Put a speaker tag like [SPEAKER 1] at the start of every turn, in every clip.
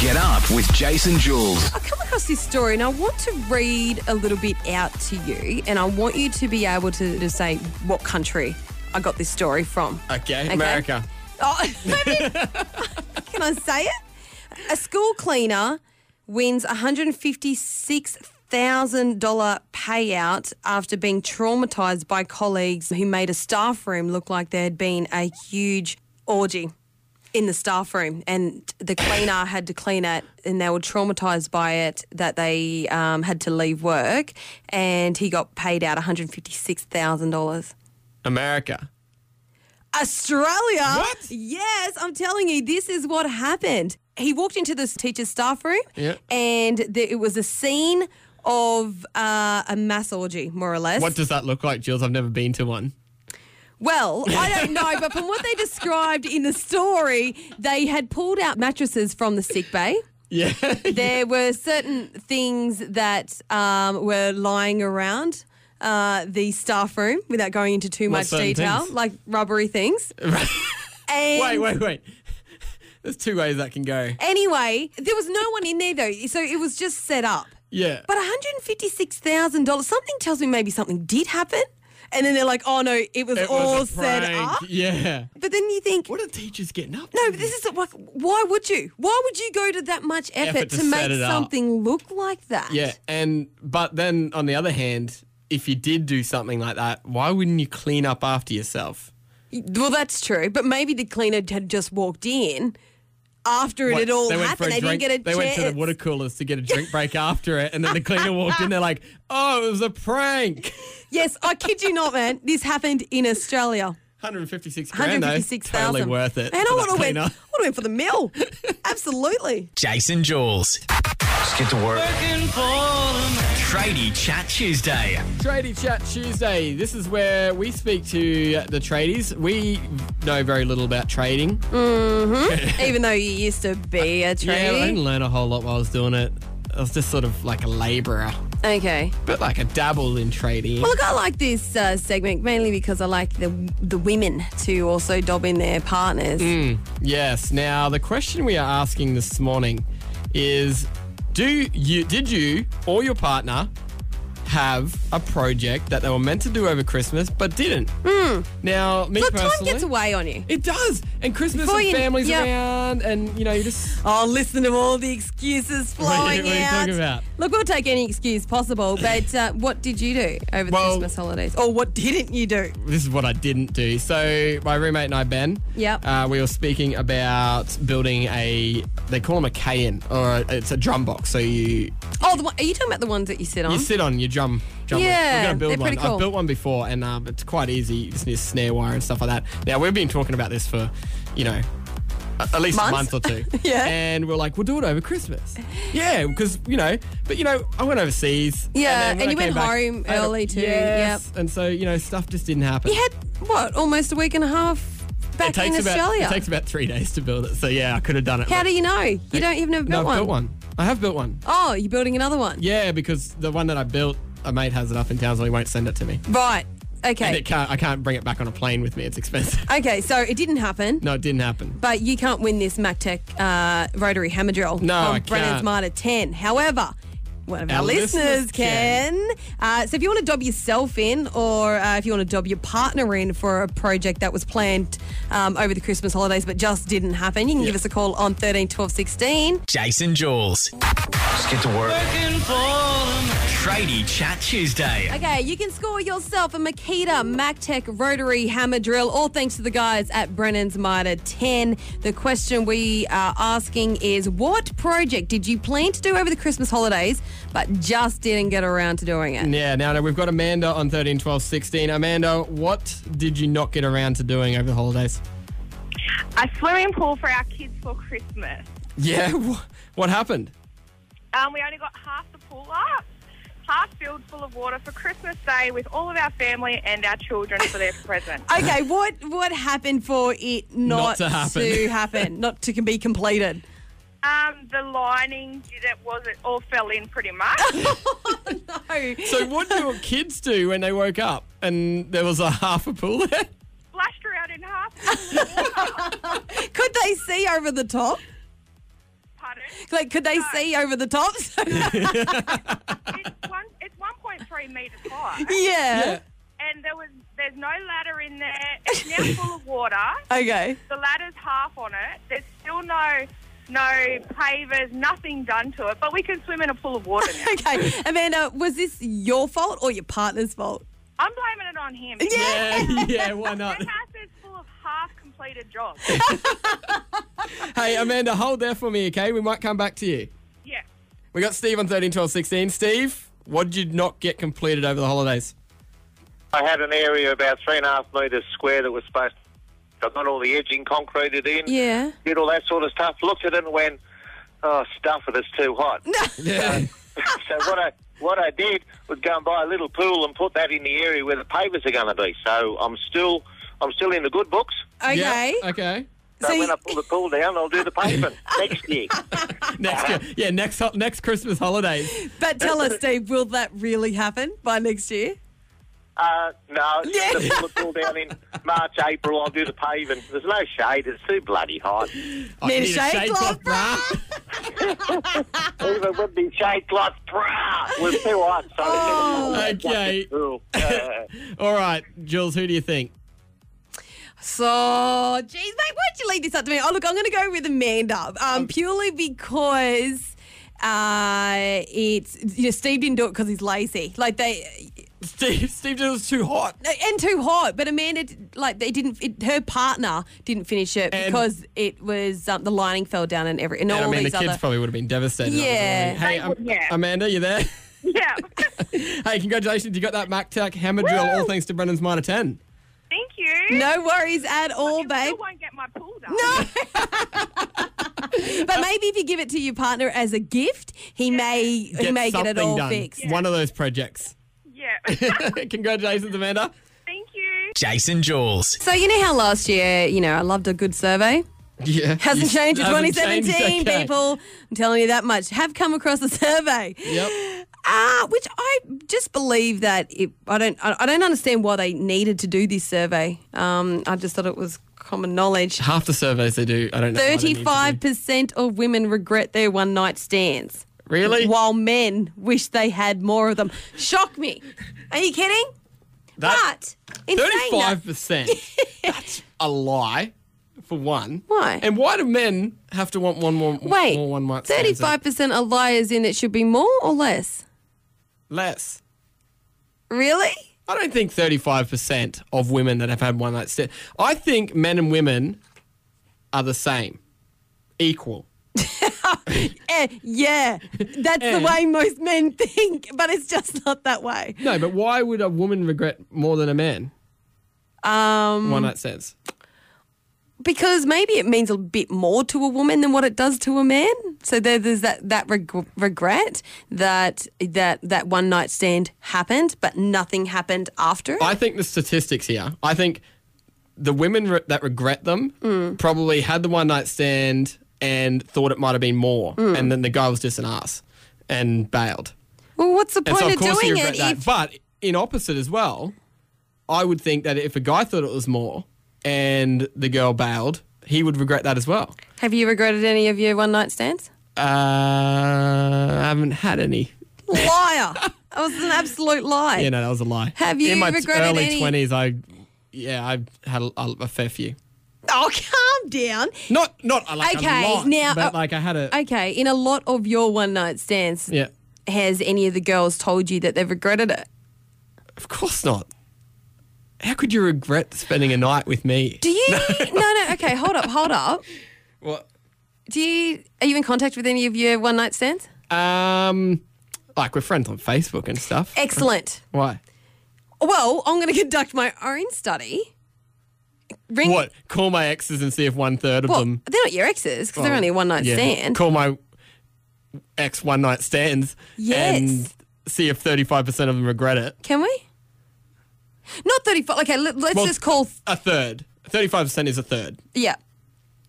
[SPEAKER 1] Get up with Jason Jules.
[SPEAKER 2] I come across this story and I want to read a little bit out to you, and I want you to be able to, to say what country I got this story from.
[SPEAKER 3] Okay,
[SPEAKER 2] Okay.
[SPEAKER 3] America.
[SPEAKER 2] Oh, maybe- can I say it? A school cleaner wins $156,000 payout after being traumatized by colleagues who made a staff room look like there had been a huge orgy in the staff room and the cleaner had to clean it and they were traumatized by it that they um, had to leave work and he got paid out $156,000.
[SPEAKER 3] America.
[SPEAKER 2] Australia.
[SPEAKER 3] What?
[SPEAKER 2] Yes, I'm telling you, this is what happened. He walked into this teacher's staff room,
[SPEAKER 3] Yeah.
[SPEAKER 2] and there, it was a scene of uh, a mass orgy, more or less.
[SPEAKER 3] What does that look like, Jules? I've never been to one.
[SPEAKER 2] Well, I don't know, but from what they described in the story, they had pulled out mattresses from the sick bay.
[SPEAKER 3] Yeah.
[SPEAKER 2] There were certain things that um, were lying around uh, the staff room without going into too
[SPEAKER 3] What
[SPEAKER 2] much
[SPEAKER 3] certain
[SPEAKER 2] detail,
[SPEAKER 3] things?
[SPEAKER 2] like rubbery things. and
[SPEAKER 3] wait, wait, wait. There's two ways that can go.
[SPEAKER 2] Anyway, there was no one in there though, so it was just set up.
[SPEAKER 3] Yeah.
[SPEAKER 2] But $156,000, something tells me maybe something did happen. And then they're like, oh no, it was
[SPEAKER 3] It was
[SPEAKER 2] all
[SPEAKER 3] a
[SPEAKER 2] set
[SPEAKER 3] prank.
[SPEAKER 2] up.
[SPEAKER 3] Yeah.
[SPEAKER 2] But then you think,
[SPEAKER 3] What are teachers getting up?
[SPEAKER 2] no,
[SPEAKER 3] to?
[SPEAKER 2] but this is like, why would you? Why would you go to that much effort,
[SPEAKER 3] Effort to
[SPEAKER 2] to,
[SPEAKER 3] set
[SPEAKER 2] make
[SPEAKER 3] it up.
[SPEAKER 2] something look like that?
[SPEAKER 3] Yeah, and but then on the other hand, if you did do something like that, why wouldn't you clean up after yourself?
[SPEAKER 2] Well, that's true. But maybe the cleaner had just walked in after it
[SPEAKER 3] What,
[SPEAKER 2] had all
[SPEAKER 3] they went for
[SPEAKER 2] happened.
[SPEAKER 3] a
[SPEAKER 2] They
[SPEAKER 3] drink,
[SPEAKER 2] didn't get a
[SPEAKER 3] They
[SPEAKER 2] chance.
[SPEAKER 3] went to the water coolers to get a drink break after it, and then the cleaner walked in. They're like, "Oh, it was a prank."
[SPEAKER 2] yes, I kid you not, man. This happened in Australia.
[SPEAKER 3] 156 grand, though.
[SPEAKER 2] 156,000.
[SPEAKER 3] Totally worth it.
[SPEAKER 2] And I
[SPEAKER 3] for
[SPEAKER 2] want
[SPEAKER 3] that
[SPEAKER 2] to win. I
[SPEAKER 3] cleaner.
[SPEAKER 2] want to win for the mill. Absolutely.
[SPEAKER 1] Jason Jules. Let's get to work. Tradie Chat Tuesday.
[SPEAKER 3] Tradie Chat Tuesday. This is where we speak to uh, the tradies. We know very little about trading.
[SPEAKER 2] Mm. Even though you used to be a
[SPEAKER 3] Yeah, I didn't
[SPEAKER 2] tradie.
[SPEAKER 3] learn a whole lot while I was doing it. I was just sort of like a labourer,
[SPEAKER 2] okay.
[SPEAKER 3] but like a dabble in trading.
[SPEAKER 2] Well, look, I like this uh, segment mainly because I like the the women to also dob in their partners.
[SPEAKER 3] Mm. Yes. Now the question we are asking this morning is do you did you or your partner have a project that they were meant to do over Christmas but didn't? Now me
[SPEAKER 2] Look, Mm. time
[SPEAKER 3] personally
[SPEAKER 2] gets away on you.
[SPEAKER 3] it does. And Christmas
[SPEAKER 2] Before
[SPEAKER 3] and
[SPEAKER 2] you-
[SPEAKER 3] families
[SPEAKER 2] yeah.
[SPEAKER 3] around and you know you just
[SPEAKER 2] Oh, listen to all the excuses
[SPEAKER 3] are you-
[SPEAKER 2] flowing
[SPEAKER 3] what are you
[SPEAKER 2] out.
[SPEAKER 3] talking about?
[SPEAKER 2] Look, we'll take any excuse possible, but uh, what did you do over the
[SPEAKER 3] Well-
[SPEAKER 2] Christmas holidays? Or what didn't you do?
[SPEAKER 3] Oh, this is what I didn't do. So my roommate and I, Ben,
[SPEAKER 2] Yep.
[SPEAKER 3] uh, we were speaking about building a they call them a Cayenne or a, it's a drum box. So you
[SPEAKER 2] Oh, the one, are you talking about the ones that you sit on?
[SPEAKER 3] You sit on your drum. drum
[SPEAKER 2] Yeah,
[SPEAKER 3] we're gonna build
[SPEAKER 2] they're
[SPEAKER 3] one.
[SPEAKER 2] pretty cool.
[SPEAKER 3] I've built one before, and um, it's quite easy. You just need a snare wire and stuff like that. Now we've been talking about this for, you know, a- at least
[SPEAKER 2] Months?
[SPEAKER 3] a month or two.
[SPEAKER 2] Yeah.
[SPEAKER 3] and we're like, we'll do it over Christmas. Yeah, because you know, but you know, I went overseas.
[SPEAKER 2] Yeah,
[SPEAKER 3] then
[SPEAKER 2] and
[SPEAKER 3] when I
[SPEAKER 2] you
[SPEAKER 3] came
[SPEAKER 2] went home
[SPEAKER 3] I had a-
[SPEAKER 2] early too,
[SPEAKER 3] Yes, and so you know, stuff just didn't happen.
[SPEAKER 2] You had what almost a week and a half back
[SPEAKER 3] it takes
[SPEAKER 2] in
[SPEAKER 3] about
[SPEAKER 2] Australia.
[SPEAKER 3] it takes about three days to build it. So yeah, I could have done it.
[SPEAKER 2] How
[SPEAKER 3] like-
[SPEAKER 2] do you know? You don't. You've never built,
[SPEAKER 3] no,
[SPEAKER 2] one.
[SPEAKER 3] I've built one. I have built one.
[SPEAKER 2] Oh, you're building another one.
[SPEAKER 3] Yeah, because the one that I built, a mate has it up in town, so he won't send it to me.
[SPEAKER 2] Right.
[SPEAKER 3] And
[SPEAKER 2] Okay.
[SPEAKER 3] it can't, I can't bring it back on a plane with me. It's expensive.
[SPEAKER 2] Okay. So it didn't happen.
[SPEAKER 3] No, it didn't happen.
[SPEAKER 2] But you can't win this MacTech uh, rotary hammer drill
[SPEAKER 3] No,
[SPEAKER 2] from
[SPEAKER 3] I
[SPEAKER 2] Brennan's
[SPEAKER 3] can't.
[SPEAKER 2] Marta 10. However, one of our,
[SPEAKER 3] Our
[SPEAKER 2] listeners,
[SPEAKER 3] listeners
[SPEAKER 2] can.
[SPEAKER 3] can.
[SPEAKER 2] Uh, so if you want to dob yourself in or uh, if you want to dob your partner in for a project that was planned um, over the Christmas holidays but just didn't happen, you can give us a call on 13 12 16.
[SPEAKER 1] Jason Jules. Let's get to work. Tradie Chat Tuesday.
[SPEAKER 2] Okay, you can score yourself a Makita MacTech rotary hammer drill, all thanks to the guys at Brennan's Mitre 10. The question we are asking is what project did you plan to do over the Christmas holidays but just didn't get around to doing it?
[SPEAKER 3] Yeah, now now we've got Amanda on 13, 12, 16. Amanda, what did you not get around to doing over the holidays?
[SPEAKER 4] a swimming pool for our kids for Christmas.
[SPEAKER 3] Yeah, wh- what happened?
[SPEAKER 4] Um, we only got half the pool up, half filled full of water for Christmas Day with all of our family and our children for their presents.
[SPEAKER 2] Okay, what what happened for it not,
[SPEAKER 3] Not to happen.
[SPEAKER 2] to happen, not to be completed?
[SPEAKER 4] Um, the lining did it was it all fell in pretty much.
[SPEAKER 2] No.
[SPEAKER 3] So, what did your kids do when they woke up and there was a half a pool there?
[SPEAKER 4] Splashed around in half.
[SPEAKER 2] Could they see over the top?
[SPEAKER 4] Pardon?
[SPEAKER 2] Like, could they see over the top? yeah.
[SPEAKER 4] It's one. It's 1.3 meters high, and there was there's no ladder in there. It's now full of water.
[SPEAKER 2] Okay.
[SPEAKER 4] The ladder's half on it. There's still no no pavers, nothing done to it. But we can swim in a pool of water now.
[SPEAKER 2] Okay. Amanda, was this your fault or your partner's fault?
[SPEAKER 4] I'm blaming it on him.
[SPEAKER 3] Yeah, yeah, why not?
[SPEAKER 4] The house is full of half completed jobs.
[SPEAKER 3] Hey, Amanda, hold there for me, okay? We might come back to you.
[SPEAKER 4] yeah.
[SPEAKER 3] We got Steve on 13, 12, 16. Steve, what did you not get completed over the holidays?
[SPEAKER 5] I had an area about three and a half metres square that was supposed to. I got all the edging concreted in,
[SPEAKER 2] Yeah.
[SPEAKER 5] did all that sort of stuff, looked at it and went, oh, stuff it, it's too hot.
[SPEAKER 3] Yeah.
[SPEAKER 5] so what I what I did was go and buy a little pool and put that in the area where the pavers are going to be. So I'm still I'm still in the good books.
[SPEAKER 2] Okay.
[SPEAKER 3] Okay.
[SPEAKER 5] So,
[SPEAKER 2] So
[SPEAKER 5] when
[SPEAKER 2] you-
[SPEAKER 5] I pull the pool down, I'll do the pavement next year.
[SPEAKER 3] Next year. Yeah, next ho- next Christmas holidays.
[SPEAKER 2] But tell us, Steve, will that really happen by next year?
[SPEAKER 5] Uh, no,
[SPEAKER 2] Yeah.
[SPEAKER 5] just pull the pool down in March, April. I'll do the paving. There's no shade. It's too bloody hot.
[SPEAKER 3] I
[SPEAKER 2] Need a
[SPEAKER 3] need
[SPEAKER 2] shade cloth,
[SPEAKER 3] bruh.
[SPEAKER 5] Even with the shade cloth, brah, we're too hot. So
[SPEAKER 3] Okay.
[SPEAKER 5] cool. Uh,
[SPEAKER 3] All right, Jules, who do you think?
[SPEAKER 2] So, geez, mate, why'd you leave this up to me? Oh, look, I'm going to go with Amanda um, purely because uh, it's you know, Steve didn't do it because he's lazy, like they
[SPEAKER 3] Steve, Steve just was too hot.
[SPEAKER 2] and too hot. But Amanda, like they didn't, it, her partner didn't finish it
[SPEAKER 3] And-
[SPEAKER 2] because it was um, the lining fell down and every and all
[SPEAKER 3] And I mean, the
[SPEAKER 2] these
[SPEAKER 3] kids
[SPEAKER 2] other.
[SPEAKER 3] probably would have been devastated. after the
[SPEAKER 2] Yeah.
[SPEAKER 3] wedding. Hey,
[SPEAKER 4] They would,
[SPEAKER 3] Am-
[SPEAKER 4] yeah.
[SPEAKER 3] Amanda, you there?
[SPEAKER 4] Yeah.
[SPEAKER 3] hey, congratulations. You got that MacTac hammer drill, all thanks to Brendan's Minor 10.
[SPEAKER 4] Thank you.
[SPEAKER 2] no worries at all,
[SPEAKER 4] You
[SPEAKER 2] babe.
[SPEAKER 4] still won't get my pool done.
[SPEAKER 2] No. but maybe if you give it to your partner as a gift, he may he may get it all fixed.
[SPEAKER 3] One of those projects.
[SPEAKER 4] Yeah.
[SPEAKER 3] congratulations, Amanda.
[SPEAKER 4] Thank you.
[SPEAKER 1] Jason Jules.
[SPEAKER 2] So you know how last year, you know, I loved a good survey.
[SPEAKER 3] Yeah.
[SPEAKER 2] Hasn't changed in
[SPEAKER 3] Hasn't
[SPEAKER 2] 2017,
[SPEAKER 3] changed, okay.
[SPEAKER 2] people. I'm telling you that much. Have come across a survey.
[SPEAKER 3] Yep.
[SPEAKER 2] Ah, which I just believe that it, I don't I, I don't understand why they needed to do this survey. Um, I just thought it was common knowledge.
[SPEAKER 3] Half the surveys they do, I don't know. why they need to do.
[SPEAKER 2] 35% of women regret their one night stands.
[SPEAKER 3] Really?
[SPEAKER 2] While men wish they had more of them. Shock me. Are you kidding?
[SPEAKER 3] That-
[SPEAKER 2] but in saying that-
[SPEAKER 3] Thirty-five percent. That's a lie, for one.
[SPEAKER 2] Why?
[SPEAKER 3] And why do men have to want one more?
[SPEAKER 2] Wait,
[SPEAKER 3] more one night stands than-
[SPEAKER 2] thirty-five percent are liars. In it should be more or less.
[SPEAKER 3] less.
[SPEAKER 2] Really?
[SPEAKER 3] I don't think thirty-five percent of women that have had one night stand. I think men and women are the same, equal.
[SPEAKER 2] Eh, yeah, that's the
[SPEAKER 3] Eh.
[SPEAKER 2] way most men think, but it's just not that way.
[SPEAKER 3] No, but why would a woman regret more than a man? Um, one night stands.
[SPEAKER 2] Because maybe it means a bit more to a woman than what it does to a man. So there, there's that that reg- regret that that that one night stand happened, but nothing happened after. it.
[SPEAKER 3] I think the statistics here. I think the women re- that regret them probably had the one night stand and thought it might have been more, and then the guy was just an ass and bailed.
[SPEAKER 2] well, what's the
[SPEAKER 3] And
[SPEAKER 2] point
[SPEAKER 3] so of
[SPEAKER 2] of
[SPEAKER 3] course you
[SPEAKER 2] doing
[SPEAKER 3] regret
[SPEAKER 2] it?
[SPEAKER 3] that.
[SPEAKER 2] If,
[SPEAKER 3] But in opposite as well, I would think that if a guy thought it was more and the girl bailed, he would regret that as well.
[SPEAKER 2] have you regretted any of your one night stands?
[SPEAKER 3] Uh, I haven't had any.
[SPEAKER 2] Liar! that was an absolute lie.
[SPEAKER 3] Yeah, no, that was a lie.
[SPEAKER 2] Have you
[SPEAKER 3] in my t-
[SPEAKER 2] regretted
[SPEAKER 3] early
[SPEAKER 2] any-
[SPEAKER 3] twenties? I yeah, I had a, a fair few.
[SPEAKER 2] Oh, calm down.
[SPEAKER 3] Not not uh, like
[SPEAKER 2] Okay,
[SPEAKER 3] a lot,
[SPEAKER 2] now,
[SPEAKER 3] but
[SPEAKER 2] uh,
[SPEAKER 3] like I had a
[SPEAKER 2] Okay, in a lot of your one night stands,
[SPEAKER 3] yeah.
[SPEAKER 2] has any of the girls told you that they've regretted it?
[SPEAKER 3] Of course not. How could you regret spending a night with me?
[SPEAKER 2] Do you? no, no. Okay, hold up, hold up.
[SPEAKER 3] what?
[SPEAKER 2] Do you? Are you in contact with any of your one night stands?
[SPEAKER 3] Um, like we're friends on Facebook and stuff.
[SPEAKER 2] Eh, Excellent.
[SPEAKER 3] Why?
[SPEAKER 2] Well, I'm going to conduct my own study. Ring.
[SPEAKER 3] What? Call my exes and see if one third of
[SPEAKER 2] Well,
[SPEAKER 3] them. Oh,
[SPEAKER 2] they're not your exes because they're only a one night
[SPEAKER 3] Yeah.
[SPEAKER 2] stand.
[SPEAKER 3] Call my ex one night stands.
[SPEAKER 2] Yes.
[SPEAKER 3] And see if thirty five percent of them regret it.
[SPEAKER 2] Can we? Not 35. Okay, let, let's
[SPEAKER 3] Well-
[SPEAKER 2] just call.
[SPEAKER 3] A third. Thirty five percent is a third.
[SPEAKER 2] Yeah.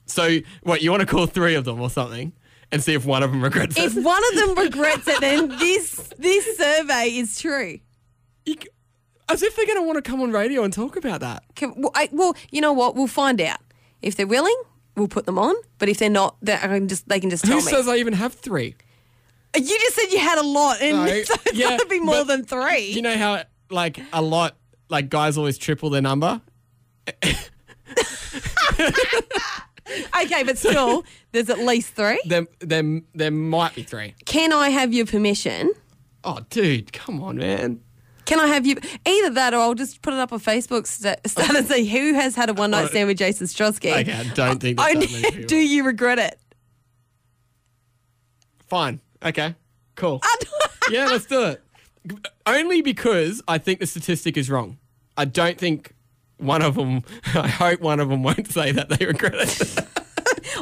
[SPEAKER 3] So what? You want to call three of them or something and see if one of them regrets
[SPEAKER 2] If
[SPEAKER 3] it?
[SPEAKER 2] one of them regrets it, then this this survey is true.
[SPEAKER 3] You c- As if they're going to want to come on radio and talk about that.
[SPEAKER 2] Can, well, I, well, you know what? We'll find out if they're willing. we'll put them on. But if they're not, then I can just they can just
[SPEAKER 3] Who
[SPEAKER 2] tell me.
[SPEAKER 3] says I even have three?
[SPEAKER 2] you just said you had a lot, and
[SPEAKER 3] No,
[SPEAKER 2] so it's
[SPEAKER 3] yeah,
[SPEAKER 2] got to be more
[SPEAKER 3] but-
[SPEAKER 2] than three.
[SPEAKER 3] You know how like a lot like guys always triple their number?
[SPEAKER 2] okay, but still, there's at least three.
[SPEAKER 3] There, there, there might be three.
[SPEAKER 2] Can I have your permission?
[SPEAKER 3] Oh, dude, come on, man.
[SPEAKER 2] Can I have you either that or I'll just put it up on Facebook st- start and say who has had a one night stand with Jason Strosky?
[SPEAKER 3] Okay, Oh. I don't think that's
[SPEAKER 2] I
[SPEAKER 3] that many people.
[SPEAKER 2] do you regret it?
[SPEAKER 3] Fine. Okay. Cool. yeah, let's do it. Only because I think the statistic is wrong. I don't think one of them. I hope one of them won't say that they regret it.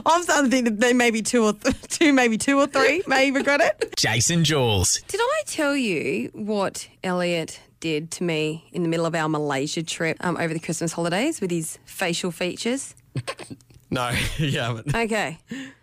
[SPEAKER 2] I'm starting to think that there may be two or th- two, maybe two or three may regret it.
[SPEAKER 1] Jason Jules.
[SPEAKER 2] Did I tell you what Elliot did to me in the middle of our Malaysia trip um, over the Christmas holidays with his facial features?
[SPEAKER 3] no, you haven't.
[SPEAKER 2] Okay.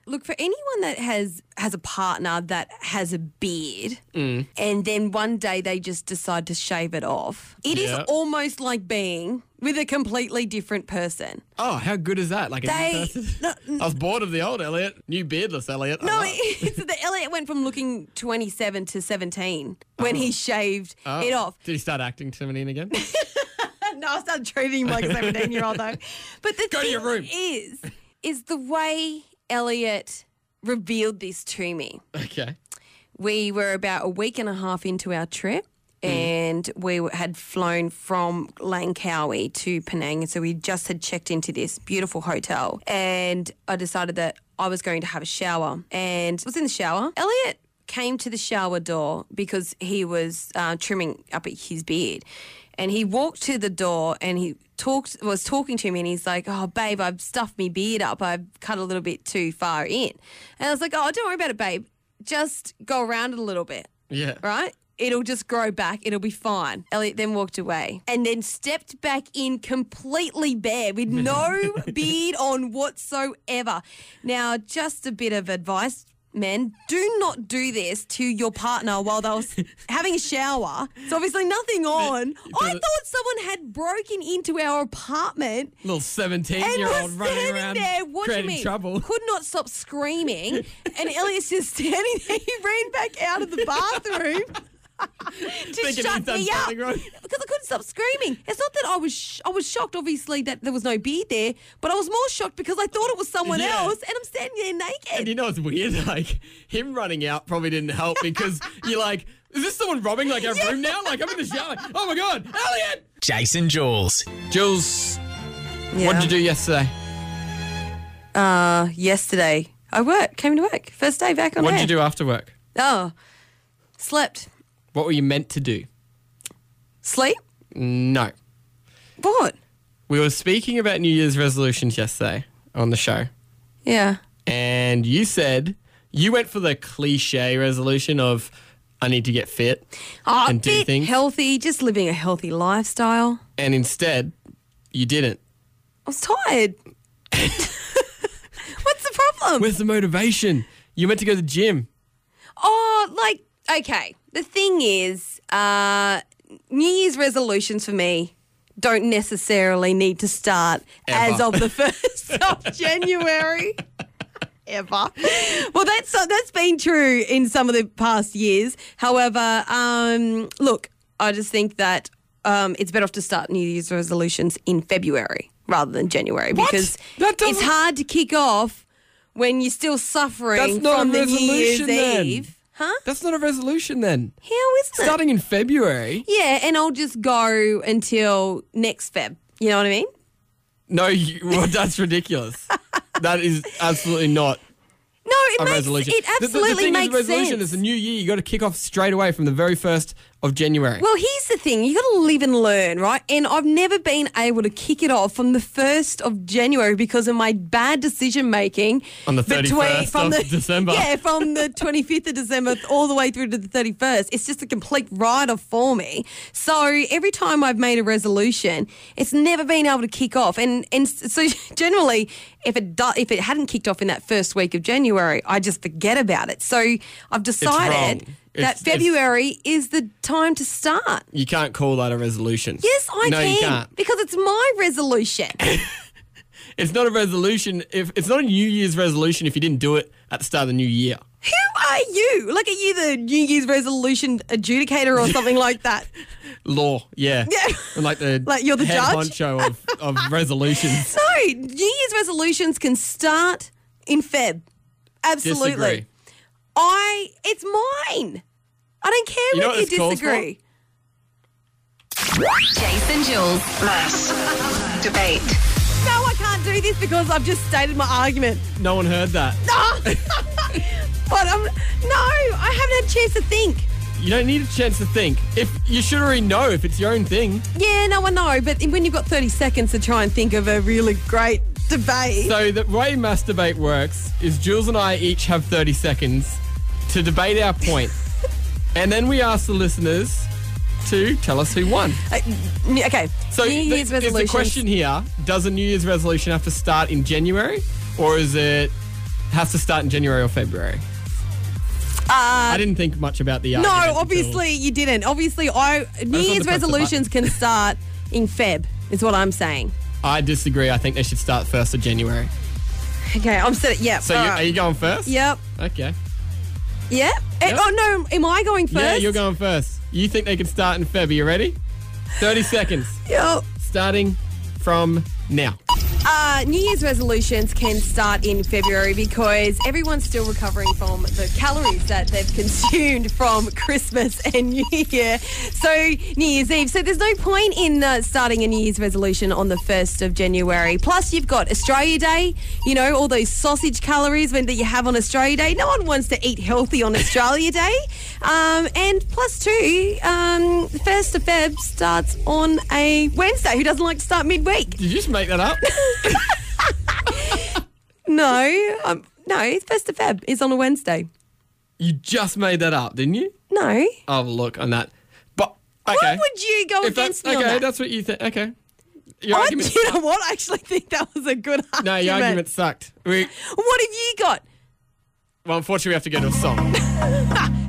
[SPEAKER 2] Look, for anyone that has has a partner that has a beard and then one day they just decide to shave it off, it is
[SPEAKER 3] Yeah.
[SPEAKER 2] almost like being with a completely different person.
[SPEAKER 3] Oh, how good is that? Like a new
[SPEAKER 2] They
[SPEAKER 3] person.
[SPEAKER 2] no,
[SPEAKER 3] I was bored of the old Elliot. New beardless Elliot.
[SPEAKER 2] no it's, the Elliot went from looking 27 to 17 when he shaved it off.
[SPEAKER 3] Did he start acting to me again?
[SPEAKER 2] No, I started treating him like a 17 year old though. But the
[SPEAKER 3] Go to
[SPEAKER 2] thing
[SPEAKER 3] your room.
[SPEAKER 2] is, is the way Elliot revealed this to me.
[SPEAKER 3] okay.
[SPEAKER 2] We were about a week and a half into our trip. And we were- had flown from Langkawi to Penang. And so we just had checked into this beautiful hotel. And I decided that I was going to have a shower. And I was in the shower. Elliot came to the shower door because he was uh, trimming up his beard. And he walked to the door and he talked was talking to me and he's like, Oh babe, I've stuffed my beard up. I've cut a little bit too far in. And I was like, Oh, don't worry about it, babe. Just go around it a little bit.
[SPEAKER 3] Yeah.
[SPEAKER 2] Right? It'll just grow back. It'll be fine. Elliot then walked away and then stepped back in completely bare with no beard on whatsoever. Now, just a bit of advice, men do not do this to your partner while they were s- having a shower. It's obviously nothing on. I
[SPEAKER 3] doesn't-
[SPEAKER 2] thought someone had broken into our apartment
[SPEAKER 3] Little
[SPEAKER 2] and
[SPEAKER 3] seventeen-year-old
[SPEAKER 2] was
[SPEAKER 3] running
[SPEAKER 2] standing
[SPEAKER 3] around
[SPEAKER 2] there watching
[SPEAKER 3] creating
[SPEAKER 2] me.
[SPEAKER 3] trouble.
[SPEAKER 2] Could not stop screaming. and Elliot's just standing there. He ran back out of the bathroom. to
[SPEAKER 3] Thinking he's
[SPEAKER 2] shut
[SPEAKER 3] done
[SPEAKER 2] me up
[SPEAKER 3] something wrong.
[SPEAKER 2] because I couldn't stop screaming. It's not that I was sh- I was shocked, obviously, that there was no beard there, but I was more shocked because I thought it was someone
[SPEAKER 3] Yeah.
[SPEAKER 2] else, and I'm standing there
[SPEAKER 3] And
[SPEAKER 2] naked.
[SPEAKER 3] you know what's weird? Like him running out probably didn't help because you're like, is this someone robbing like our room now? Like I'm in the shower. Oh my god, Elliot!
[SPEAKER 1] Jason Jules.
[SPEAKER 3] Jules, what did you do yesterday?
[SPEAKER 2] Uh, yesterday, I worked, came to work, first day back on.
[SPEAKER 3] What did
[SPEAKER 2] air.
[SPEAKER 3] you do after work?
[SPEAKER 2] Oh, slept,
[SPEAKER 3] What were you meant to do?
[SPEAKER 2] sleep,
[SPEAKER 3] No.
[SPEAKER 2] bored.
[SPEAKER 3] We were speaking about New Year's resolutions yesterday on the show,
[SPEAKER 2] Yeah,
[SPEAKER 3] and you said you went for the cliche resolution of I need to get fit
[SPEAKER 2] oh,
[SPEAKER 3] and do
[SPEAKER 2] fit,
[SPEAKER 3] things,
[SPEAKER 2] healthy, just living a healthy lifestyle.
[SPEAKER 3] and instead you didn't.
[SPEAKER 2] I was tired. What's the problem?
[SPEAKER 3] Where's the motivation? You meant to go to the gym.
[SPEAKER 2] Oh, like okay. The thing is, uh, New Year's resolutions for me don't necessarily need to start as
[SPEAKER 3] Ever.
[SPEAKER 2] of the first of January. Ever. Well, that's uh, that's been true in some of the past years. However, um, look, I just think that um, it's better off to start New Year's resolutions in February rather than January because
[SPEAKER 3] That
[SPEAKER 2] it's
[SPEAKER 3] doesn't-
[SPEAKER 2] hard to kick off when you're still suffering
[SPEAKER 3] That's not
[SPEAKER 2] from
[SPEAKER 3] a
[SPEAKER 2] the
[SPEAKER 3] resolution
[SPEAKER 2] New Year's
[SPEAKER 3] then.
[SPEAKER 2] Eve. Huh?
[SPEAKER 3] That's not a resolution then.
[SPEAKER 2] How is it?
[SPEAKER 3] Starting in February.
[SPEAKER 2] Yeah, and I'll just go until next Feb. You know what I mean?
[SPEAKER 3] No, you, well, that's ridiculous. that is absolutely not
[SPEAKER 2] No, it
[SPEAKER 3] a
[SPEAKER 2] makes
[SPEAKER 3] resolution.
[SPEAKER 2] it
[SPEAKER 3] The-
[SPEAKER 2] absolutely
[SPEAKER 3] the, the thing
[SPEAKER 2] makes
[SPEAKER 3] is, resolution
[SPEAKER 2] sense.
[SPEAKER 3] is the new year. You got to kick off straight away from the very first of January.
[SPEAKER 2] well, here's the thing: you got to live and learn, right? And I've never been able to kick it off from the first of January because of my bad decision making
[SPEAKER 3] On the 31st of December.
[SPEAKER 2] Yeah, from the 25th of December all the way through to the 31st. It's just a complete write-off for me. So every time I've made a resolution, it's never been able to kick off. And and so generally, if it do, if it hadn't kicked off in that first week of January, I just forget about it. So I've decided
[SPEAKER 3] wrong.
[SPEAKER 2] that
[SPEAKER 3] It's- it's-
[SPEAKER 2] February is the time to start.
[SPEAKER 3] you can't call that a resolution.
[SPEAKER 2] Yes, I
[SPEAKER 3] no,
[SPEAKER 2] can
[SPEAKER 3] you can't.
[SPEAKER 2] because it's my resolution.
[SPEAKER 3] It's not a resolution. If it's not a New Year's resolution, if you didn't do it at the start of the new year.
[SPEAKER 2] Who are you? Like, are you the New Year's resolution adjudicator or something like that?
[SPEAKER 3] Law, yeah,
[SPEAKER 2] Yeah.
[SPEAKER 3] like the
[SPEAKER 2] Like you're the
[SPEAKER 3] head
[SPEAKER 2] judge?
[SPEAKER 3] honcho of, of resolutions.
[SPEAKER 2] No, New Year's resolutions can start in Feb. Absolutely.
[SPEAKER 3] Disagree.
[SPEAKER 2] I, it's mine. I don't care
[SPEAKER 3] You know
[SPEAKER 2] whether
[SPEAKER 3] what
[SPEAKER 2] you
[SPEAKER 3] it's called
[SPEAKER 2] disagree.
[SPEAKER 6] Jason Jules. Mass. Debate.
[SPEAKER 2] No, I can't do this because I've just stated my argument.
[SPEAKER 3] No one heard that.
[SPEAKER 2] Ah! but I'm, no, I haven't had a chance to think.
[SPEAKER 3] You don't need a chance to think. If you should already know if it's your own thing.
[SPEAKER 2] Yeah, no, I know. But when you've got 30 seconds to try and think of a really great debate.
[SPEAKER 3] So the way masturbate works is Jules and I each have 30 seconds to debate our point. and then we ask the listeners to tell us who won.
[SPEAKER 2] Uh, n- okay.
[SPEAKER 3] So
[SPEAKER 2] New
[SPEAKER 3] the-
[SPEAKER 2] Year's
[SPEAKER 3] is the
[SPEAKER 2] resolutions.
[SPEAKER 3] question here, does a New Year's resolution have to start in January or is it has to start in January or February? I didn't think much about the
[SPEAKER 2] Uh, No,
[SPEAKER 3] argument until-
[SPEAKER 2] obviously you didn't. Obviously, I New
[SPEAKER 3] wanted to
[SPEAKER 2] Year's
[SPEAKER 3] press the
[SPEAKER 2] resolutions can start in Feb. Is what I'm saying.
[SPEAKER 3] I disagree. I think they should start 1st of January.
[SPEAKER 2] Okay, I'm set. Yep.
[SPEAKER 3] So
[SPEAKER 2] all
[SPEAKER 3] you,
[SPEAKER 2] right.
[SPEAKER 3] are you going first?
[SPEAKER 2] Yep.
[SPEAKER 3] Okay.
[SPEAKER 2] Yep. Eh,
[SPEAKER 3] Yep.
[SPEAKER 2] Oh no, am I going first?
[SPEAKER 3] Yeah, you're going first. You think they can start in Feb. Are you ready? 30 seconds.
[SPEAKER 2] Yep.
[SPEAKER 3] starting from now.
[SPEAKER 2] Uh, New Year's resolutions can start in February because everyone's still recovering from the calories that they've consumed from Christmas and New Year. So, New Year's Eve. So, there's no point in uh, starting a New Year's resolution on the 1st of January. Plus, you've got Australia Day, you know, all those sausage calories when, that you have on Australia Day. No one wants to eat healthy on Australia Day. Um, and plus, two, um, 1st of Feb starts on a Wednesday. Who doesn't like to start midweek?
[SPEAKER 3] Did you just make that up?
[SPEAKER 2] No, um, no, it's first of Feb. It's on a Wednesday.
[SPEAKER 3] you just made that up, didn't you?
[SPEAKER 2] No,
[SPEAKER 3] I'll have a look on that. But okay.
[SPEAKER 2] why would you go
[SPEAKER 3] If that's-
[SPEAKER 2] against me
[SPEAKER 3] okay,
[SPEAKER 2] on that?
[SPEAKER 3] that's what you think. Okay. Your
[SPEAKER 2] I,
[SPEAKER 3] argument.
[SPEAKER 2] you know what? I actually think that was a good argument.
[SPEAKER 3] No, your argument sucked. We,
[SPEAKER 2] What have you got?
[SPEAKER 3] well, unfortunately, we have to go to a song.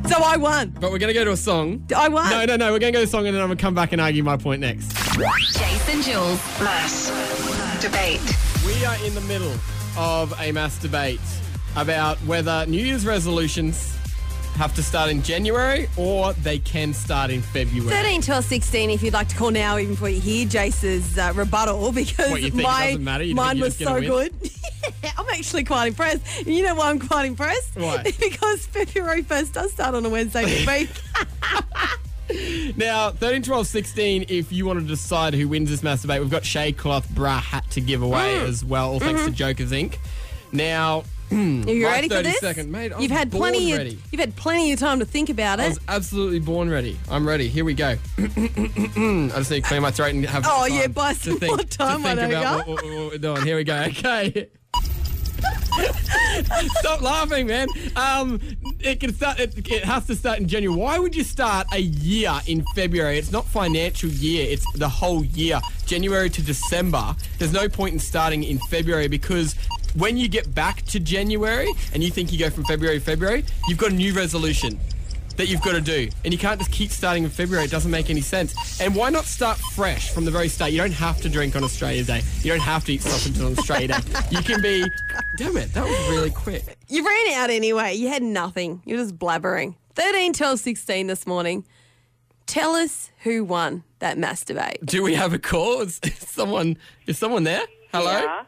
[SPEAKER 2] So I won.
[SPEAKER 3] But we're going to go to a song.
[SPEAKER 2] I won.
[SPEAKER 3] No, no, no. We're going to go to a song and then I'm going to come back and argue my point next.
[SPEAKER 6] Jason Jules. Mass. Debate.
[SPEAKER 3] We are in the middle of a mass debate about whether New Year's resolutions have to start in January or they can start in February.
[SPEAKER 2] 13, 12, 16, if you'd like to call now, even before you hear Jace's uh, rebuttal, because
[SPEAKER 3] What, you think it
[SPEAKER 2] my,
[SPEAKER 3] doesn't matter? You think
[SPEAKER 2] mine
[SPEAKER 3] you're
[SPEAKER 2] was
[SPEAKER 3] just gonna
[SPEAKER 2] so
[SPEAKER 3] win?
[SPEAKER 2] good. I'm actually quite impressed. And You know why I'm quite impressed?
[SPEAKER 3] Why?
[SPEAKER 2] because February 1st does start on a Wednesday this week.
[SPEAKER 3] Now, 13, 12, 16, if you want to decide who wins this mass debate, we've got Shea Cloth Bra Hat to give away as well, all thanks to Jokers Inc. Now,
[SPEAKER 2] Are you
[SPEAKER 3] My
[SPEAKER 2] ready for
[SPEAKER 3] 30
[SPEAKER 2] this?
[SPEAKER 3] second, mate, I
[SPEAKER 2] you've
[SPEAKER 3] was
[SPEAKER 2] had
[SPEAKER 3] born
[SPEAKER 2] plenty. Of,
[SPEAKER 3] ready.
[SPEAKER 2] you've had plenty of time to think about
[SPEAKER 3] I
[SPEAKER 2] it.
[SPEAKER 3] was absolutely born ready. I'm ready. Here we go. I just need to clear my throat and have
[SPEAKER 2] Oh,
[SPEAKER 3] time
[SPEAKER 2] yeah, buy some
[SPEAKER 3] to think,
[SPEAKER 2] more time,
[SPEAKER 3] to think
[SPEAKER 2] Wanoga.
[SPEAKER 3] about what, what- what we're doing. Here we go. Okay. Stop laughing, man. Um, it can start. It, it has to start in January. Why would you start a year in February? It's not financial year. It's the whole year, January to December. There's no point in starting in February because when you get back to January and you think you go from February to February, you've got a new resolution that you've got to do, and you can't just keep starting in February. It doesn't make any sense. And why not start fresh from the very start? You don't have to drink on Australia Day. You don't have to eat sausage on Australia Day. You can be. Damn it, that was really quick.
[SPEAKER 2] You ran out anyway. You had nothing. You're just blabbering. 13, 12, 16 this morning. Tell us who won that masturbate.
[SPEAKER 3] Do we have a call? Is is someone is someone there? Hello?
[SPEAKER 4] Yeah.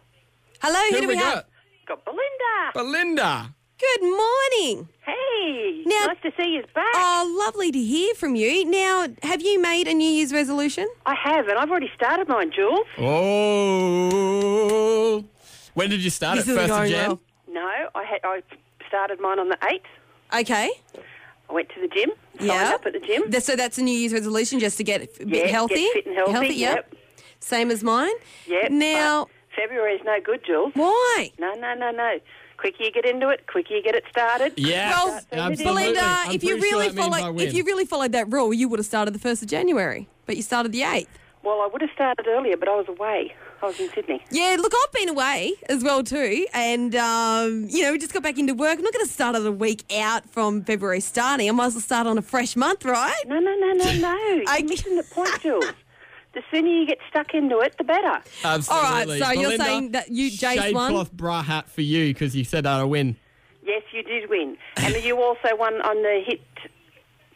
[SPEAKER 2] Hello, who,
[SPEAKER 3] Who
[SPEAKER 2] do
[SPEAKER 3] we
[SPEAKER 2] we have?
[SPEAKER 3] got?
[SPEAKER 4] Got Belinda.
[SPEAKER 3] Belinda.
[SPEAKER 2] Good morning.
[SPEAKER 4] Hey,
[SPEAKER 2] Now-
[SPEAKER 4] nice to see you back.
[SPEAKER 2] Oh, lovely to hear from you. Now, have you made a New Year's resolution?
[SPEAKER 4] I have, and I've already started mine, Jules.
[SPEAKER 3] Oh. When did you start
[SPEAKER 2] This
[SPEAKER 3] it?
[SPEAKER 2] isn't
[SPEAKER 3] First of
[SPEAKER 2] going
[SPEAKER 3] Jan?
[SPEAKER 2] well.
[SPEAKER 4] No, I had I started mine on the eighth.
[SPEAKER 2] Okay.
[SPEAKER 4] I went to the gym. Signed
[SPEAKER 2] Yeah.
[SPEAKER 4] up at the gym.
[SPEAKER 2] Th- So that's a New Year's resolution just to get a bit
[SPEAKER 4] Yeah, get
[SPEAKER 2] healthy.
[SPEAKER 4] fit and healthy,
[SPEAKER 2] yep.
[SPEAKER 4] yep.
[SPEAKER 2] Same as mine.
[SPEAKER 4] Yep.
[SPEAKER 2] Now,
[SPEAKER 4] but February's no good, Jules.
[SPEAKER 2] why?
[SPEAKER 4] No, no, no, no. Quicker you get into it, quicker you get it started.
[SPEAKER 3] Yeah.
[SPEAKER 2] Well,
[SPEAKER 3] absolutely.
[SPEAKER 2] Belinda,
[SPEAKER 3] I'm
[SPEAKER 2] if you
[SPEAKER 3] pretty sure
[SPEAKER 2] really
[SPEAKER 3] that means I
[SPEAKER 2] followed if
[SPEAKER 3] win.
[SPEAKER 2] you really followed that rule, you would have started the first of January, but you started the eighth.
[SPEAKER 4] Well, I would have started earlier, but I was away. I was in Sydney.
[SPEAKER 2] Yeah, look, I've been away as well too, and um, you know, we just got back into work. I'm not going to start it a week out from February starting. I might as well start on a fresh month, right?
[SPEAKER 4] No, no, no, no, no.
[SPEAKER 2] I-
[SPEAKER 4] You're missing the point, Jules.
[SPEAKER 7] the sooner you get stuck into it, the better.
[SPEAKER 3] Absolutely.
[SPEAKER 2] so you're
[SPEAKER 3] Belinda,
[SPEAKER 2] saying that you- Jace
[SPEAKER 3] shade
[SPEAKER 2] won?
[SPEAKER 3] cloth bra hat for you because you said that I win.
[SPEAKER 7] Yes, you did win. And you also won on the hit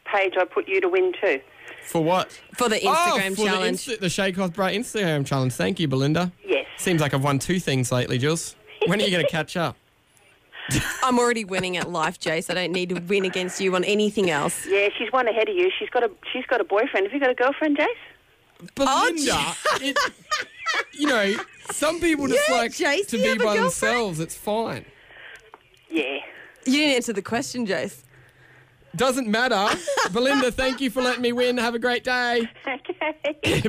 [SPEAKER 7] page. I put you to win too.
[SPEAKER 3] For what?
[SPEAKER 2] for the Instagram
[SPEAKER 3] oh, for
[SPEAKER 2] challenge.
[SPEAKER 3] The, Insta- the shade cloth bra Instagram challenge. Thank you, Belinda.
[SPEAKER 7] Yes.
[SPEAKER 3] Seems like I've won two things lately, Jules. When are you going to catch up?
[SPEAKER 2] I'm already winning at life, Jace. I don't need to win against you on anything else.
[SPEAKER 7] Yeah, she's one ahead of you. She's got a she's got a boyfriend. Have you got a girlfriend, Jace?
[SPEAKER 3] Belinda, it, you know, some people just
[SPEAKER 2] Yeah,
[SPEAKER 3] like
[SPEAKER 2] Jace,
[SPEAKER 3] to
[SPEAKER 2] you
[SPEAKER 3] be
[SPEAKER 2] have a
[SPEAKER 3] by
[SPEAKER 2] girlfriend?
[SPEAKER 3] themselves. It's fine.
[SPEAKER 7] Yeah.
[SPEAKER 2] You didn't answer the question, Jace.
[SPEAKER 3] Doesn't matter. Belinda, thank you for letting me win. Have a great day.
[SPEAKER 7] Okay.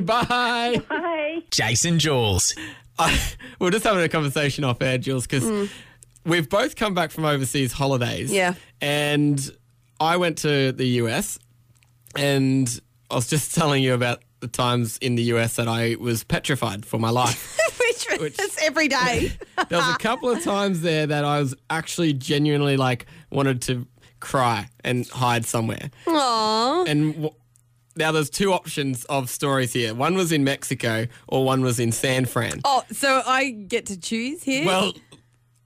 [SPEAKER 3] Bye.
[SPEAKER 7] Bye.
[SPEAKER 1] Jason Jules.
[SPEAKER 3] I, we're just having a conversation off air, Jules, because
[SPEAKER 7] Hmm.
[SPEAKER 3] we've both come back from overseas holidays.
[SPEAKER 2] Yeah.
[SPEAKER 3] And I went to the US, and I was just telling you about the times in the US that I was petrified for my life.
[SPEAKER 2] Which,
[SPEAKER 3] Which-
[SPEAKER 2] that's every day.
[SPEAKER 3] there was a couple of times there that I was actually genuinely like wanted to cry and hide somewhere.
[SPEAKER 2] Aww.
[SPEAKER 3] And w- now there's two options of stories here. One was in Mexico, or one was in San Fran.
[SPEAKER 2] Oh, so I get to choose here?
[SPEAKER 3] Well,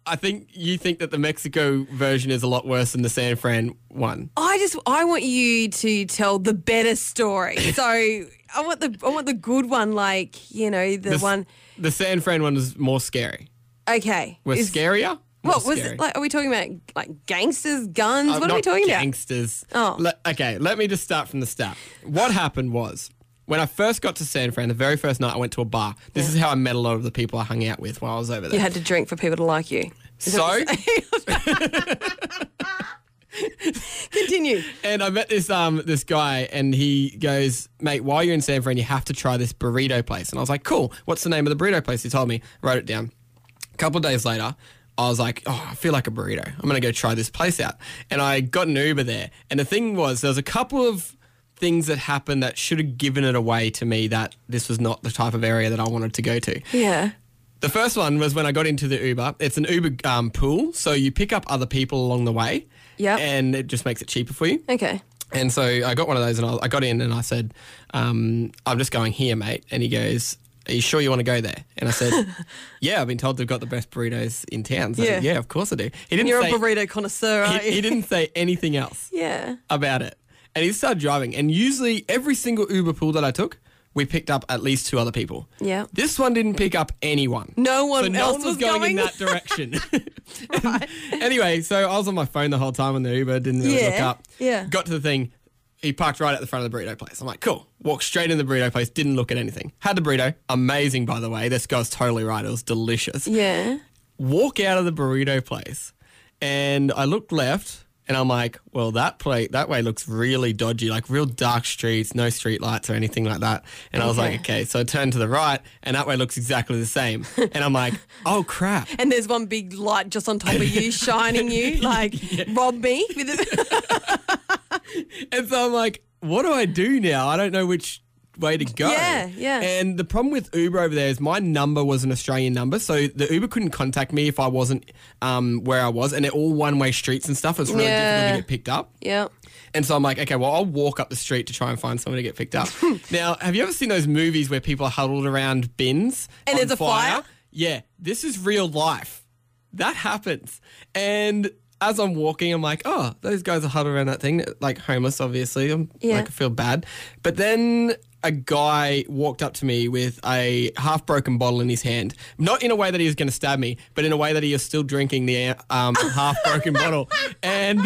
[SPEAKER 3] I think you think that the Mexico version is a lot worse than the San Fran one.
[SPEAKER 2] I just I want you to tell the better story. So I want the I want the good one, like you know the,
[SPEAKER 3] s-
[SPEAKER 2] one.
[SPEAKER 3] the San Fran one is more scary.
[SPEAKER 2] Okay,
[SPEAKER 3] Was
[SPEAKER 2] is-
[SPEAKER 3] scarier. More
[SPEAKER 2] What was
[SPEAKER 3] scary.
[SPEAKER 2] it like? Are we talking about like gangsters, guns?
[SPEAKER 3] Uh,
[SPEAKER 2] what are we
[SPEAKER 3] not
[SPEAKER 2] talking
[SPEAKER 3] Gangsters.
[SPEAKER 2] Oh.
[SPEAKER 3] Le- okay, let me just start from the start. What happened was when I first got to San Fran, the very first night I went to a bar. This is how I met a lot of the people I hung out with while I was over
[SPEAKER 2] about? You
[SPEAKER 3] there.
[SPEAKER 2] had to drink for people to like you. Is that what you're saying? Continue.
[SPEAKER 3] And I met this um this guy, and he goes, "Mate, while you're in San Fran, you have to try this burrito place." And I was like, "Cool. What's the name of the burrito place?" He told me. Wrote it down. A couple of days later, I was like, "Oh, I feel like a burrito. I'm gonna go try this place out." And I got an Uber there. And the thing was, there was a couple of things that happened that should have given it away to me that this was not the type of area that I wanted to go to.
[SPEAKER 2] Yeah.
[SPEAKER 3] The first one was when I got into the Uber. It's an Uber um, pool, so you pick up other people along the way.
[SPEAKER 2] Yep.
[SPEAKER 3] And it just makes it cheaper for you.
[SPEAKER 2] Okay.
[SPEAKER 3] And so I got one of those, and I, I got in, and I said, um, "I'm just going here, mate." And he goes, "Are you sure you want to go there?" And I said, "Yeah, I've been told they've got the best burritos in town." So,
[SPEAKER 2] Yeah.
[SPEAKER 3] yeah, of course I do. He didn't
[SPEAKER 2] And you're
[SPEAKER 3] say
[SPEAKER 2] a burrito connoisseur, aren't
[SPEAKER 3] he,
[SPEAKER 2] you?
[SPEAKER 3] he didn't say anything else
[SPEAKER 2] Yeah.
[SPEAKER 3] about it. And he started driving. And usually, every single Uber pool that I took, we picked up at least two other people.
[SPEAKER 2] Yeah.
[SPEAKER 3] This one didn't pick up anyone.
[SPEAKER 2] No one
[SPEAKER 3] so no
[SPEAKER 2] else
[SPEAKER 3] one
[SPEAKER 2] was
[SPEAKER 3] going,
[SPEAKER 2] going.
[SPEAKER 3] in that direction. anyway, so I was on my phone the whole time in the Uber, didn't really look
[SPEAKER 2] Yeah,
[SPEAKER 3] up.
[SPEAKER 2] yeah.
[SPEAKER 3] Got to the thing. He parked right at the front of the burrito place. I'm like, cool. Walked straight in the burrito place, didn't look at anything. Had the burrito. Amazing, by the way. This guy's totally right. It was delicious
[SPEAKER 2] Yeah.
[SPEAKER 3] walk out of the burrito place and I look left and I'm like, well, that play that way looks really dodgy, like real dark streets, no street lights or anything like that. And I was like, okay, so I turn to the right and that way looks exactly the same. And I'm like, oh crap.
[SPEAKER 2] And there's one big light just on top of you, shining you, like rob me. With it.
[SPEAKER 3] And so I'm like, what do I do now? I don't know which way to go.
[SPEAKER 2] Yeah, yeah.
[SPEAKER 3] And the problem with Uber over there is my number was an Australian number, so the Uber couldn't contact me if I wasn't um, where I was, and they're all one-way streets and stuff. It's really
[SPEAKER 2] Yeah.
[SPEAKER 3] difficult to get picked up.
[SPEAKER 2] yeah.
[SPEAKER 3] And so I'm like, okay, well, I'll walk up the street to try and find someone to get picked up. now, have you ever seen those movies where people are huddled around bins
[SPEAKER 2] And
[SPEAKER 3] on
[SPEAKER 2] there's a fire?
[SPEAKER 3] Yeah, this is real life. That happens. And as I'm walking, I'm like, oh, those guys are huddled around that thing, like homeless, obviously. I'm
[SPEAKER 2] Yeah.
[SPEAKER 3] like, I feel bad. But then a guy walked up to me with a half broken bottle in his hand, not in a way that he was going to stab me, but in a way that he was still drinking the um, half broken bottle. And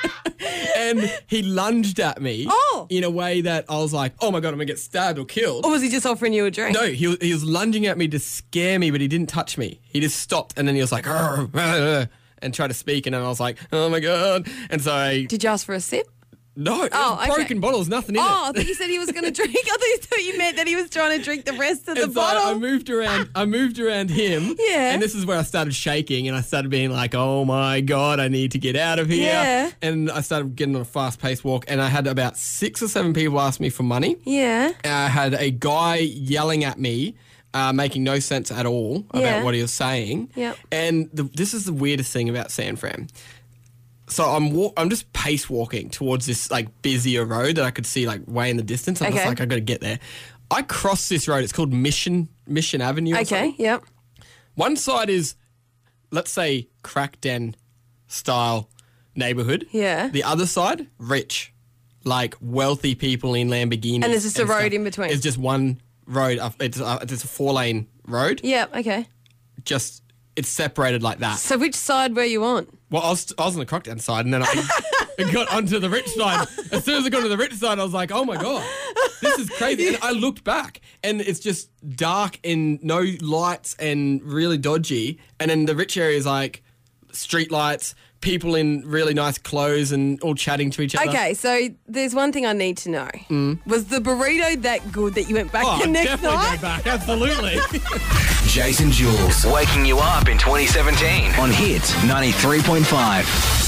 [SPEAKER 3] and he lunged at me
[SPEAKER 2] Oh.
[SPEAKER 3] in a way that I was like, oh my God, I'm going to get stabbed or killed.
[SPEAKER 2] Or was he just offering you a drink?
[SPEAKER 3] No, he, was- he was lunging at me to scare me, but he didn't touch me. He just stopped and then he was like, "Arr, arr," and tried to speak. And then I was like, oh my God. And so I,
[SPEAKER 2] Did you ask for a sip?
[SPEAKER 3] no, it
[SPEAKER 2] Oh,
[SPEAKER 3] was
[SPEAKER 2] okay.
[SPEAKER 3] broken bottles, nothing in
[SPEAKER 2] Oh, I
[SPEAKER 3] it.
[SPEAKER 2] thought you said he was going to drink. I thought you, thought you meant that he was trying to drink the rest of the
[SPEAKER 3] And so I- I
[SPEAKER 2] bottle.
[SPEAKER 3] moved around. I moved around him.
[SPEAKER 2] Yeah.
[SPEAKER 3] And this is where I started shaking, and I started being like, "Oh my god, I need to get out of here."
[SPEAKER 2] Yeah.
[SPEAKER 3] And I started getting on a fast-paced walk, and I had about six or seven people ask me for money.
[SPEAKER 2] yeah.
[SPEAKER 3] I uh, had a guy yelling at me, uh, making no sense at all about
[SPEAKER 2] Yeah.
[SPEAKER 3] what he was saying.
[SPEAKER 2] Yep.
[SPEAKER 3] And the, this is the weirdest thing about San Fran. So I'm wa- I'm just pace walking towards this like busier road that I could see like way in the distance. I'm
[SPEAKER 2] Okay.
[SPEAKER 3] just like I got to get there. I crossed this road. It's called Mission Mission Avenue. or
[SPEAKER 2] Okay,
[SPEAKER 3] something.
[SPEAKER 2] yep.
[SPEAKER 3] One side is, let's say, crack den style neighborhood.
[SPEAKER 2] Yeah.
[SPEAKER 3] The other side, rich, like wealthy people in Lamborghinis.
[SPEAKER 2] And there's just a road in between.
[SPEAKER 3] It's just one road. up- It's a, it's a four lane road.
[SPEAKER 2] Yep, okay.
[SPEAKER 3] Just it's separated like that.
[SPEAKER 2] So which side were you on?
[SPEAKER 3] Well, I was, I was on the crack den side, and then I I got onto the rich side. As soon as I got to the rich side, I was like, "Oh my god, this is crazy!" And I looked back, and it's just dark and no lights, and really dodgy. And then the rich area is like street lights, people in really nice clothes, and all chatting to each other.
[SPEAKER 2] Okay, so there's one thing I need to know. Was the burrito that good that you went back
[SPEAKER 3] Mm. Oh,
[SPEAKER 2] the
[SPEAKER 3] I'd
[SPEAKER 2] next
[SPEAKER 3] definitely
[SPEAKER 2] night?
[SPEAKER 3] go back. Absolutely.
[SPEAKER 8] Jason Jules.
[SPEAKER 9] Waking you up in 2017 on Hit 93.5.